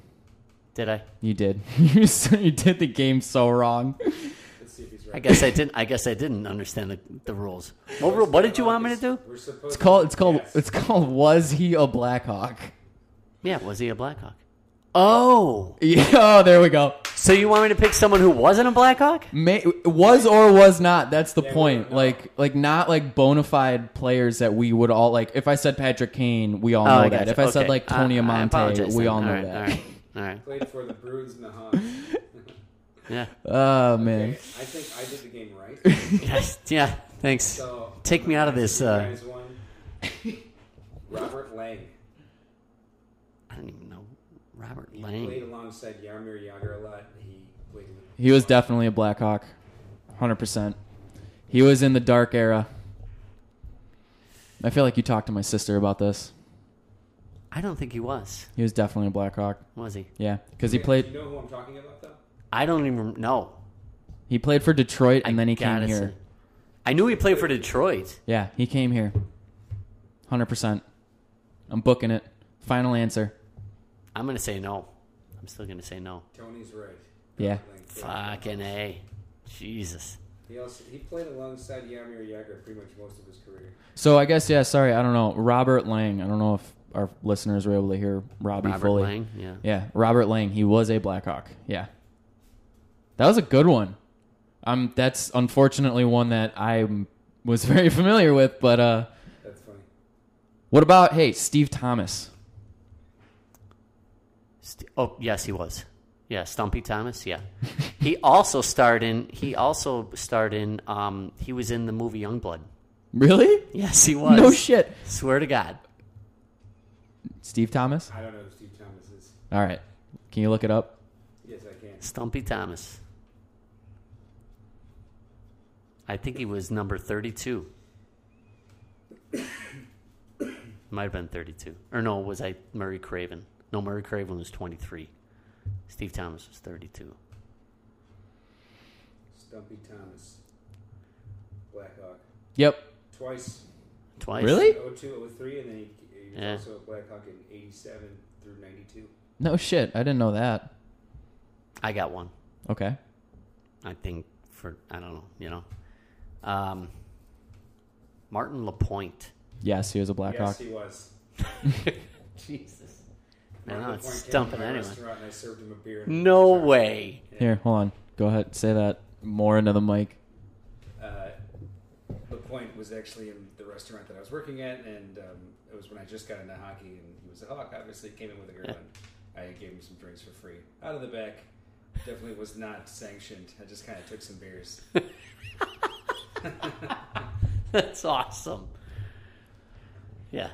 B: Did I?
A: You did. *laughs* you s- you did the game so wrong.
C: Let's see if he's
B: I
C: right.
B: guess I didn't. I guess I didn't understand the, the rules. What, rule- what did you want me to do?
C: We're supposed
A: It's called. It's called.
C: Yes.
A: It's called. Was he a Blackhawk? *laughs*
B: Yeah, was he a Blackhawk? Oh,
A: Yeah. Oh, there we go.
B: so you want me to pick someone who wasn't a Blackhawk?
A: May, was or was not. That's the
C: Yeah, we
A: point.
C: don't know.
A: Like, like not like bona fide players that we would all like. If I said Patrick Kane, we all
B: Oh,
A: know
B: I
A: that.
B: gotcha.
A: If I said
B: Okay.
A: like Tony
B: Uh, I
A: Amante,
B: apologize
A: we
B: then.
A: all know
B: right,
A: that.
B: All right, all right.
C: *laughs* Played for the Bruins and
A: *laughs*
C: the Hawks.
B: Yeah. *laughs*
A: Oh
C: Okay, I
A: man.
C: think I did the game
A: *laughs*
C: right.
B: Yes. Yeah. Thanks.
C: So
B: Take me out of this.
C: you
B: Uh,
C: guys won.
A: *laughs*
C: Robert Lang
B: I don't even know Robert
C: played
B: Lang.
C: alongside Yarmir Yager a lot. He played.
A: He was definitely a Blackhawk. Hundred percent. He was in the dark era. I feel like you talked to my sister about this.
B: I don't think he was.
A: He was definitely a Blackhawk.
B: Was he?
A: Yeah, because he
C: Do
A: played.
C: you know who I'm talking about though?
B: I don't even know.
A: He played for Detroit, and
B: I
A: then he came
B: gotta
A: here.
B: say- I knew he played for Detroit.
A: Yeah, he came here. 100%. I'm booking it. Final answer.
B: I'm gonna say no. I'm still gonna say no.
C: Tony's right.
A: Yeah.
C: Lang played-
B: Fucking a, Jesus.
C: He also he played alongside Yarmir Yager pretty much most of his career.
A: So I guess, yeah, sorry, I don't know. Robert Lang. I don't know if our listeners were able to hear Robbie
B: Robert
A: fully.
B: Lang. Yeah.
A: Yeah, Robert Lang. He was a Blackhawk. Yeah. That was a good one. Um, that's unfortunately one that I was *laughs* very familiar with, but uh,
C: That's funny.
A: what about, hey, Steve Thomas?
B: St- oh yes, he was. Yeah, Stumpy Thomas. Yeah, *laughs* he also starred in. He also starred in. Um, he was in the movie Youngblood.
A: Really?
B: Yes, he was.
A: No shit.
B: Swear to God.
A: Steve Thomas?
C: I don't know who Steve Thomas is.
A: All right. Can you look it up?
C: Yes, I can.
B: Stumpy Thomas. I think he was number *coughs* 32. Might have been 32. Or no, was I Murray Craven? No, Murray Craven was 23. Steve Thomas was 32.
C: Stumpy Thomas. Blackhawk.
A: Yep.
C: Twice.
B: Twice.
A: Really?
C: 02, 03, and then he, he was
B: Yeah.
C: also a Blackhawk in 87 through 92.
A: No shit. I didn't know that.
B: I got one.
A: Okay.
B: I think for I don't know, you know. Um, Martin Lapointe. *laughs*
A: Yes, he was a Blackhawk.
C: Yes, he was.
B: Jesus. Man,
C: Mark
B: I'm
C: Lapointe came to
B: stumping
C: my
B: anyone.
C: restaurant and I served him a beer. and-
B: No way.
A: Mm. Here, hold on. Go ahead. Say that more into the mic.
C: uh, LaPointe was actually in the restaurant that I was working at, and um, it was when I just got into hockey, and he was a hawk. Obviously, came in with a girl, and I gave him some drinks for free out of the back. Definitely was not sanctioned. I just kind of took some beers.
B: *laughs* That's awesome. Yeah.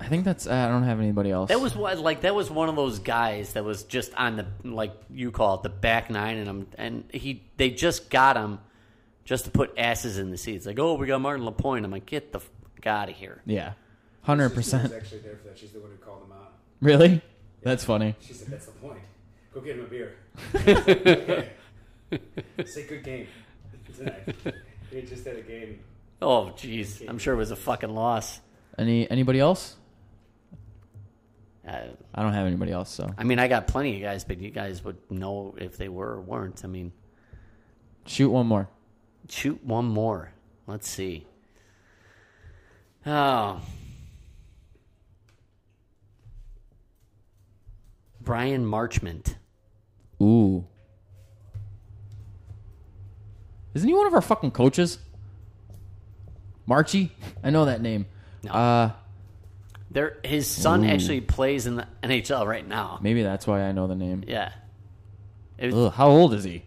A: I think that's. I don't have anybody else.
B: That was what like that was one of those guys that was just on the like you call it the back nine and I'm and he they just got him just to put asses in the seats. Like, oh we got Martin Lapointe. I'm like, get the fuck out of here.
A: Yeah. Hundred
C: She was
A: percent. *laughs*
C: actually there for that. She's the one who called him out.
A: Really? That's funny.
C: She said, "That's the point. Go get him a beer. *laughs* Say good game tonight. He just had a game.
B: Oh jeez. I'm sure it was a fucking loss.
A: Any anybody else?
B: Uh,
A: I don't have anybody else. So
B: I mean, I got plenty of guys, but you guys would know if they were or weren't. I mean,
A: shoot one more.
B: shoot one more. Let's see. Oh. Brian Marchmont.
A: Ooh. Isn't he one of our fucking coaches? Marchie? *laughs* I know that name.
B: No.
A: Uh
B: There, his son actually plays in the NHL right now.
A: maybe that's why I know the name.
B: Yeah. It was,
A: Ugh, how old is he?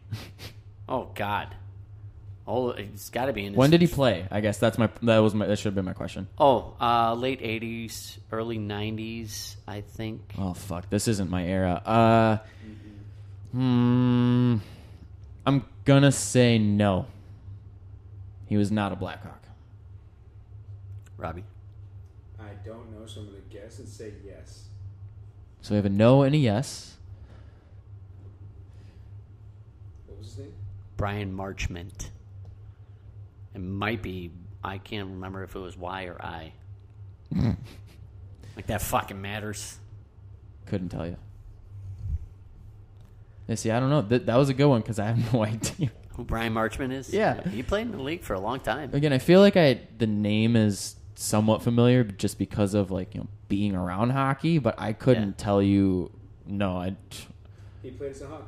B: oh God. Oh, it's got to be in. His,
A: When did he play? I guess that's my that was my that should have been my question.
B: Oh, uh, late '80s, early '90s, I think.
A: Oh fuck, this isn't my era. Uh Hmm. I'm gonna say no. He was not a Blackhawk.
B: Robbie.
C: I don't know, so I'm going to guess and say yes.
A: So we have a no and a yes.
C: What was his name?
B: Brian Marchment. It might be I can't remember if it was Y or I.
A: Hmm.
B: like that fucking matters.
A: Couldn't tell you. Yeah, see, I don't know. That, that was a good one because I have *laughs* no idea.
B: Who Brian Marchment is?
A: Yeah.
B: He played in the league for a long time.
A: Again, I feel like I the name is somewhat familiar but just because of like you know being around hockey, but I couldn't
B: Yeah.
A: tell you. No, I.
C: He played as a hawk.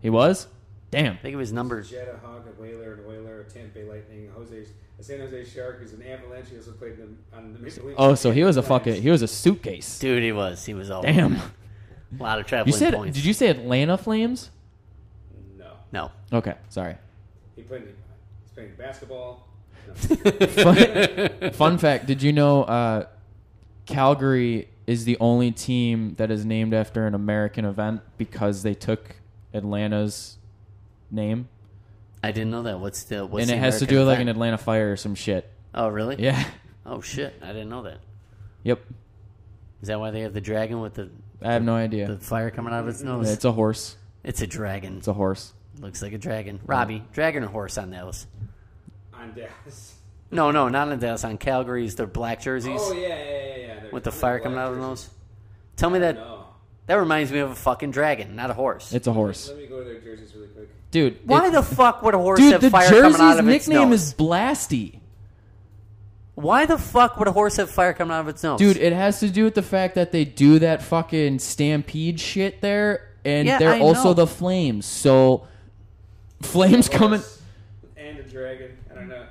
A: He was. Damn.
B: I think it was number
C: Jet, a Hawk, a Whaler, and Whaler, a Tampa Bay Lightning, a Jose, a San Jose Shark, who's an Avalanche. He also played them on the Maple Leafs.
A: Oh, so he was a
C: Lions.
A: fucking. He was a suitcase.
B: dude he was. He was all
A: Damn.
B: a lot of
A: You
B: traveling
A: said?
B: points.
A: Did you say Atlanta Flames?
C: No,
B: No.
A: Okay, sorry.
C: he played. He's playing basketball. No.
A: *laughs* Fun,
B: *laughs*
A: fun fact: Did you know uh, Calgary is the only team that is named after an American event because they took Atlanta's name,
B: I didn't know that. What's the what's
A: and
B: the
A: it has to
B: American
A: do with like an
B: event?
A: Atlanta Fire or some shit.
B: Oh really?
A: Yeah.
B: Oh shit. I didn't know that.
A: Yep.
B: Is that why they have the dragon with the
A: I have no
B: the
A: idea.
B: fire coming out of its nose?
A: It's a horse.
B: It's a dragon.
A: It's a horse.
B: Looks like a dragon. Robbie, dragon or horse on those?
C: on Dallas.
B: No, no, not in Dallas. On Calgary's, their black jerseys
C: Oh yeah, yeah, yeah. yeah. They're-
B: with the
C: they're
B: fire
C: black
B: coming out of
C: jerseys.
B: their nose. Tell me that
C: No.
B: that reminds me of a fucking dragon, not a horse.
A: It's a horse,
C: Let me go to their jerseys really quick.
A: dude.
B: Why
A: it-
B: the fuck would a horse
A: dude?
B: have
A: The
B: fire coming out
A: jersey's
B: of its
A: nickname
B: nose?
A: is Blasty.
B: Why the fuck would a horse have fire coming out of its nose,
A: Dude, it has to do with the fact that they do that fucking stampede shit there, and
B: Yeah,
A: they're
B: I
A: also
B: know.
A: the flames. So flames coming.
C: Horse And a dragon. I don't know.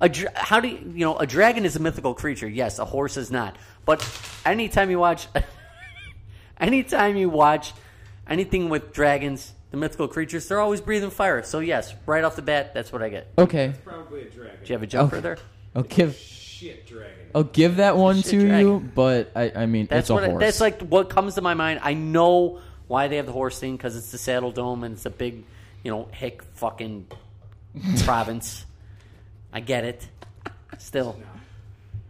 B: A dra- how do you, you know a dragon is a mythical creature? Yes, a horse is not. But anytime you watch, *laughs* anytime you watch anything with dragons, the mythical creatures, they're always breathing fire. So yes, right off the bat, that's what I get.
A: Okay,
C: Probably a dragon.
B: Do you have a jumper
A: Okay.
B: there?
A: I'll give
C: Shit, dragon.
A: I'll give that one
B: Shit,
A: to
B: dragon.
A: you, but I I mean
B: That's
A: it's a
B: what. I-
A: horse.
B: that's like what comes to my mind. I know why they have the horse thing because it's the saddle dome and it's a big, you know, hick
A: *laughs*
B: fucking province. I get it. Still,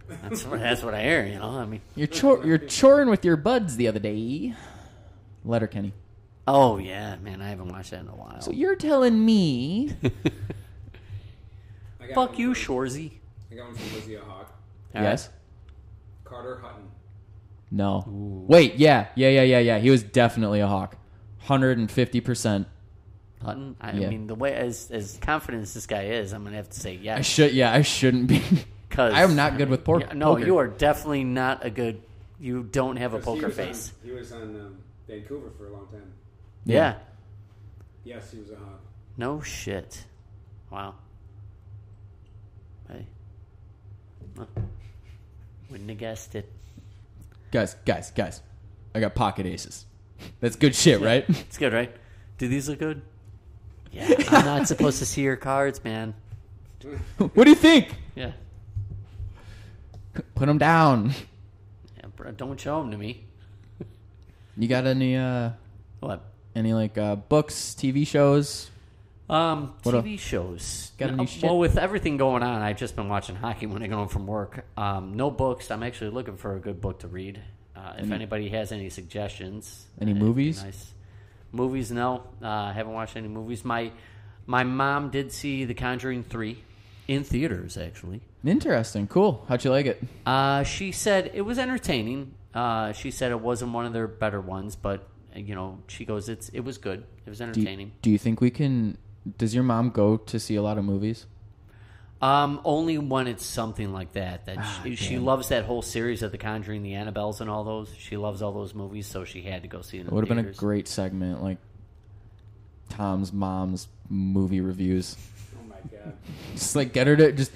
B: that's what, that's what I hear. You know, I mean,
A: you're chor- you're choring with your buds the other day. Letterkenny.
B: Oh yeah, man, I haven't watched that in a while.
A: So you're telling
B: *laughs*
A: me
C: I got
B: Fuck
C: one
B: you,
C: from-
B: Shorzy.
C: I got one from Lizzie Hawk.
B: All
A: yes?
C: Carter Hutton.
A: No. Wait, yeah, yeah, yeah, yeah, yeah. He was definitely a hawk. Hundred and fifty percent.
B: right, Hutton. I
A: Yeah.
B: mean, the way as as confident as this guy is, I'm gonna have to say
A: I
B: yes.
A: should yeah, I shouldn't be *laughs*
B: Because
A: I am not good with pork.
B: no,
A: poker.
B: you are definitely not a good. You don't have a
C: 'Cause he
B: poker
C: was on-
B: face.
C: he was on um, Vancouver for a long time.
B: Yeah.
C: Yes, he was a hawk.
B: No shit. Wow. Hey. Huh. Wouldn't have guessed it.
A: Guys, guys, guys. I got pocket aces. That's
C: *laughs*
A: good shit, right?
B: It's good, right? Do these look good? Yeah. I'm not supposed to see your cards, man.
A: what do you think?
B: Yeah.
A: Put them down.
B: yeah bro, don't show them to me.
A: You got any uh
B: What?
A: any like uh books, TV shows?
B: Um,
A: What
B: TV shows.
A: Got any
B: No,
A: shit?
B: Well, with everything going on, I've just been watching hockey when I go home from work. Um, no books. I'm actually looking for a good book to read. Uh, if anybody has any suggestions,
A: Any
B: it'd be
A: movies?
B: Nice movies. No, uh, I haven't watched any movies. My my mom did see The Conjuring three in theaters. Actually,
A: Interesting. Cool. How'd you like it?
B: uh, she said it was entertaining. Uh, she said it wasn't one of their better ones, but uh, you know, she goes, "It's it was good. It was
A: Do you-
B: entertaining."
A: do you think we can does your mom go to see a lot of movies?
B: Um, only when it's something like that. That she, she
A: Ah, damn.
B: loves that whole series of The Conjuring, The Annabelles, and all those. She loves all those movies, so she had to go see them.
A: It would have been a great segment, like Tom's mom's movie reviews. *laughs*
C: Oh my god.
A: Just like get her to just,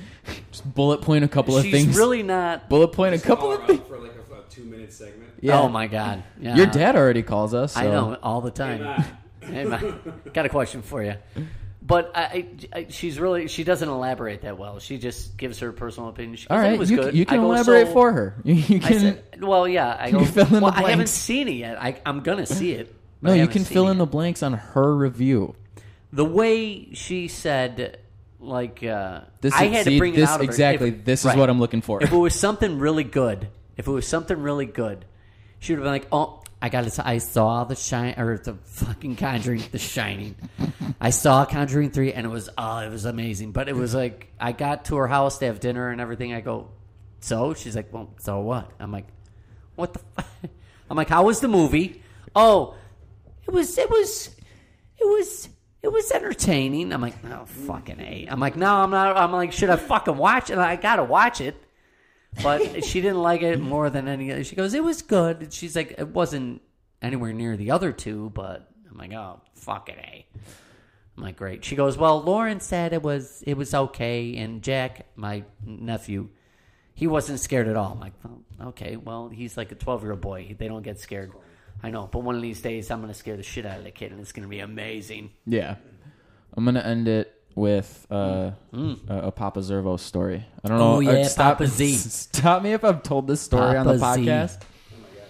A: just bullet point a couple of
B: She's
A: things.
B: really not.
A: bullet point a
C: Just
A: couple
C: all
A: of
C: around
A: things.
C: for like a, a two minute segment.
A: Yeah.
B: Oh my god! Yeah.
A: Your dad already calls us.
B: I
A: so-
B: know all the
C: Hey,
B: time.
C: Matt.
B: *laughs* Hey, Ma, got a question for you. But I, I, I- she's really she doesn't elaborate that well. She just gives her personal opinion. She goes,
A: All
B: it
A: right,
B: was
A: you,
B: good.
A: you can
B: I go,
A: elaborate
B: "So-
A: for her. *laughs* You, you
B: I
A: can
B: said, well, yeah.
A: *laughs*
B: I go,
A: can fill in the
B: well, I haven't
A: blanks."
B: seen it yet. I, I'm gonna
A: *laughs*
B: see it. but
A: no,
B: I
A: you
B: haven't
A: can
B: seen
A: fill
B: it
A: in
B: yet."
A: the blanks on her review.
B: the way she said like uh
A: This
B: i
A: is,
B: had
A: see,
B: to bring
A: this
B: it out of her.
A: exactly.
B: If-
A: this is
B: right.
A: what I'm looking for.
B: if it was something really good if it was something really good she would have been like oh i got to i saw the shine or the fucking conjuring the shining i saw conjuring 3 and it was oh it was amazing but it was like i got to her house to have dinner and everything i go so she's like well so what i'm like what the fu- *laughs* i'm like how was the movie oh it was it was it was it was entertaining. I'm like, no fucking a. I'm like, no, I'm not. I'm like, should I fucking watch it? I gotta watch it. But she didn't like it more than any other. She goes, it was good. And she's like, it wasn't anywhere near the other two, but I'm like, oh fucking a. I'm like, great. She goes, well, Lauren said it was it was okay, and Jack, my nephew, he wasn't scared at all. I'm like, well, okay, well, he's like a 12 year old boy. They don't get scared. I know, but one of these days I'm going to scare the shit out of the kid and it's going to be amazing.
A: *laughs* yeah, I'm gonna end it with uh, a, a Papa Zervo story. I don't know.
B: Mm. Oh, yeah,
A: uh, stop, *laughs*
B: Papa Z.
A: Stop me if I've told this story on the
B: Papa Z.
A: podcast.
C: Oh my god.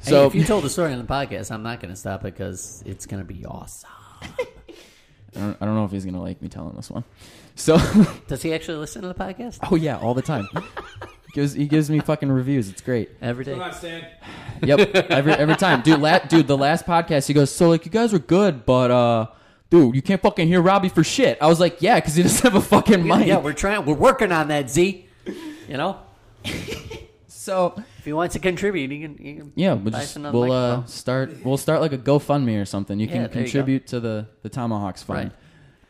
A: So
B: if you told the story on the podcast, I'm not going to stop it because it's going to be awesome.
A: I don't, I don't know if he's gonna like me telling this one. So,
B: Does he actually listen to the podcast?
A: oh yeah, all the time. gives *laughs* he gives me fucking reviews. It's great.
B: Every day.
C: Come on, Stan. Oh
A: Yep, every every time, dude. La- dude, the last podcast, he goes, so like you guys were good, but uh, dude, you can't fucking hear Robbie for shit. I was like, yeah, because he doesn't have a fucking
B: Yeah,
A: mic.
B: yeah, we're trying. We're working on that, Z. You know?
A: so
B: If he wants to contribute, he can. He can
A: yeah, we'll
B: buy us
A: just
B: another
A: we'll uh,
B: microphone.
A: start we'll start like a GoFundMe or something. You can
B: Yeah, there you go.
A: contribute to the the Tomahawks fund.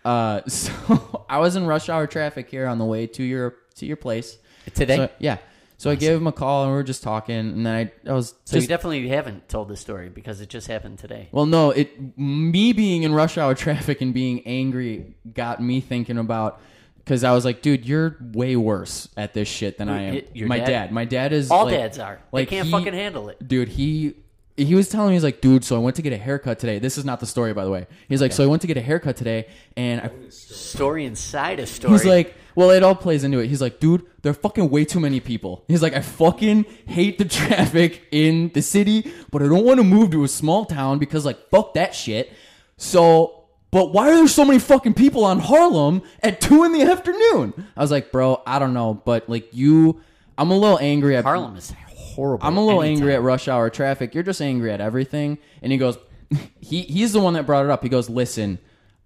A: Uh, *laughs* so I was in rush hour traffic here on the way to your to your place
B: Today?
A: So, yeah. So I gave him a call and we were just talking, and then I, I was
B: so you
A: just
B: definitely haven't told this story because it just happened today.
A: well, no, it me being in rush hour *laughs* traffic and being angry got me thinking about because I was like, dude, you're way worse at this shit than I am.
B: Y- your
A: my
B: dad?
A: dad? my dad is
B: All
A: like-
B: dads are.
A: like,
B: they can't
A: he-
B: fucking handle it.
A: dude he he was telling me he's like dude so i went to get a haircut today this is not the story by the way he's like so i went to get a haircut today and I,
B: Story inside a story.
A: he's like well it all plays into it he's like dude there are fucking way too many people he's like i fucking hate the *laughs* traffic in the city but i don't want to move to a small town because like fuck that shit so but why are there so many fucking people on harlem at 2 in the afternoon i was like bro i don't know but like you i'm a little angry at
B: Harlem is horrible.
A: I'm a little
B: anytime.
A: angry at rush hour traffic. You're just angry at everything. And he goes, *laughs* he he's the one that brought it up. He goes, listen,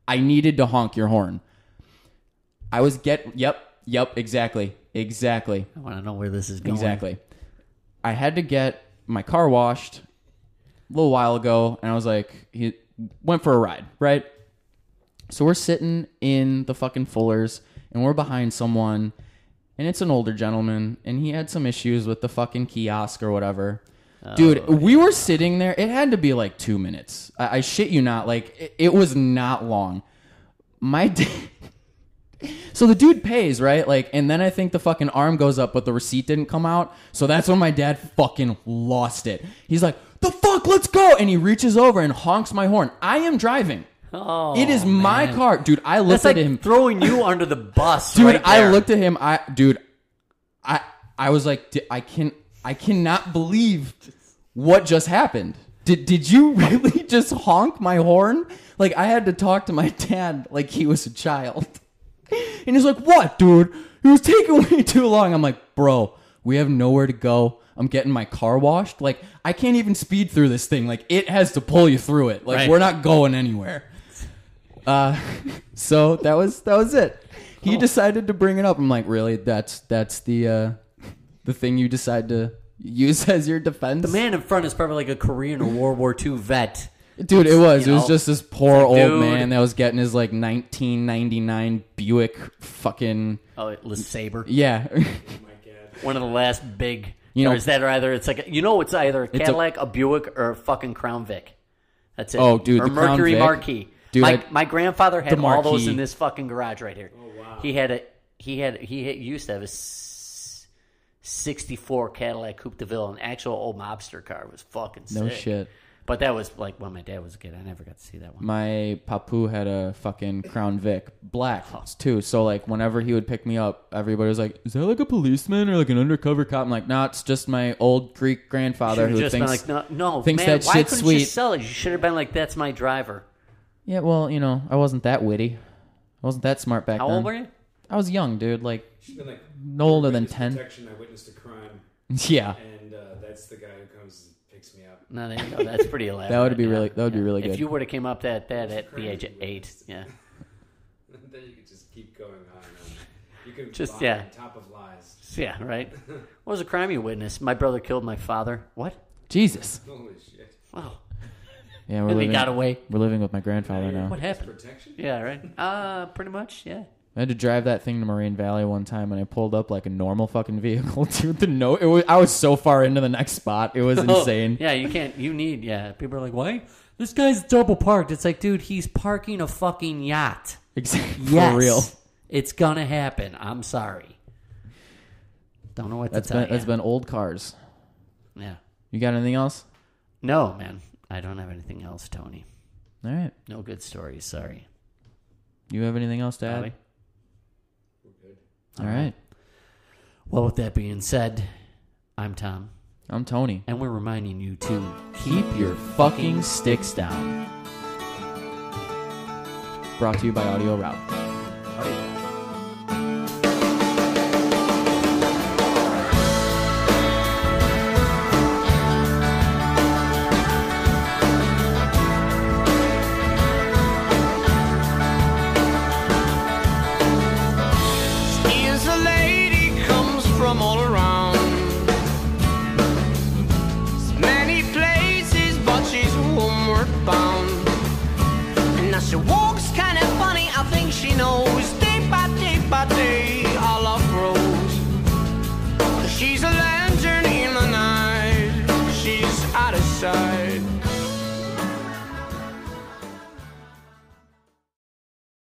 A: I needed to honk your horn. I was get yep yep exactly exactly
B: I want to know where this is going.
A: exactly. I had to get my car washed a little while ago, and I was like, he went for a ride, right? So we're sitting in the fucking Fullers, and we're behind someone, and it's an older gentleman, and he had some issues with the fucking kiosk or whatever. Dude, we were sitting there. It had to be like two minutes. I, I shit you not. Like it, it was not long. My. *laughs* d- So the dude pays, right? Like, and then I think the fucking arm goes up, but the receipt didn't come out. So that's when my dad fucking lost it. He's like, the fuck, let's go. And he reaches over and honks my horn. I am driving.
B: Oh,
A: it is my
B: man.
A: car. Dude, I looked
B: That's
A: at
B: like
A: him.
B: throwing you under the bus,
A: Dude,
B: right
A: I
B: there.
A: looked at him. I, dude, I, I was like, "D- I can, I cannot believe what just happened. Did, did you *laughs* really just honk my horn? Like I had to talk to my dad like he was a child. And he's like, "What, dude? It was taking *laughs* way too long." I'm like, "Bro, we have nowhere to go. I'm getting my car washed. Like, I can't even speed through this thing. Like, it has to pull you through it. Like,
B: Right.
A: we're not going anywhere." Uh, *laughs* so that was that was it. He
B: Oh.
A: decided to bring it up. I'm like, "Really? That's that's the uh, the thing you decide to use *laughs* as your defense?"
B: The man in front is probably like a Korean or World War II vet.
A: Dude, it was.
B: you
A: It was
B: know,
A: just this poor old
B: like, dude.
A: man that was getting his like 1999 Buick fucking
B: Oh, Saber.
A: yeah. *laughs*
C: Oh my god.
B: One of the last big.
A: You know-
B: or is that either it's like a, you know it's either a
A: a-
B: Cadillac, a, Buick, or a fucking Crown Vic. That's it.
A: Oh, dude,
B: or
A: the Crown
B: Mercury
A: Vic.
B: Marquis.
A: Dude,
B: my,
A: I-
B: my grandfather had
A: The
B: all those
A: Marquis.
B: in this fucking garage right here. Oh wow. He had a he had he had, used to have a s- '64 Cadillac Coupe de Ville, an actual old mobster car. It was fucking sick.
A: No shit.
B: But that was like when my dad was a kid. I never got to see that one.
A: My papu had a fucking Crown Vic black too. So like whenever he would pick me up, everybody was like, "Is that like a policeman or like an undercover cop?" I'm like, "Nah, it's just my old Greek grandfather
B: Should've
A: who
B: just been
A: thinks
B: like, no, no
A: thinks
B: man,
A: that
B: why
A: shit's
B: couldn't you
A: sweet."
B: sell it? You should have been like, that's my driver.
A: Yeah, well, you know, I wasn't that witty. I wasn't that smart back
B: How
A: then.
B: old were you?
A: I was young, dude, like
C: She's been like
A: no older than
C: witness
A: 10.
C: Protection. I witnessed a crime,
A: *laughs* Yeah.
C: and uh, that's the guy who comes and picks me up. *laughs*
B: No, there you go.
A: *laughs*
B: That's pretty elaborate.
A: That would be
B: yeah.
A: really- that would be
B: Yeah.
A: really
B: If
A: good.
B: you would have came up that that at the age of eight, yeah,
C: then you could just keep going on. And you can
B: Just,
C: lie
B: yeah.
C: on top of lies.
B: yeah, right. What was a crime you witnessed? My brother killed my father. What?
A: Jesus.
C: Holy shit!
B: Wow.
A: Yeah, we're
B: And he
A: living,
B: got away.
A: we're living with my grandfather now.
B: What happened?
C: Protection.
B: Yeah, right. Uh, pretty much. Yeah.
A: I had to drive that thing to Marine Valley one time, and I pulled up like a normal fucking vehicle, *laughs* dude. The no, it was I was so far into the next spot,
B: *laughs*
A: it was
B: Oh.
A: insane.
B: yeah, you can't. You need. Yeah, people are like, why? This guy's double parked. It's like, dude, he's parking a fucking yacht.
A: Exactly,
B: Yes.
A: for real.
B: It's gonna happen. I'm sorry. Don't know what
A: That's
B: to tell
A: been that's
B: ya.
A: been old cars.
B: Yeah.
A: You got anything else?
B: No, man. I don't have anything else, Tony.
A: All right,
B: No good stories. Sorry.
A: you have anything else to add?
B: Bobby?
A: All right,
B: Well, with that being said, I'm Tom,
A: I'm Tony.
B: and we're reminding you to
A: Keep your fucking sticks down. Brought to you by Audio Route.
D: is a lady comes from all around. Many places, but she's homeward bound. And now she walks kinda funny, I think she knows day by day by day.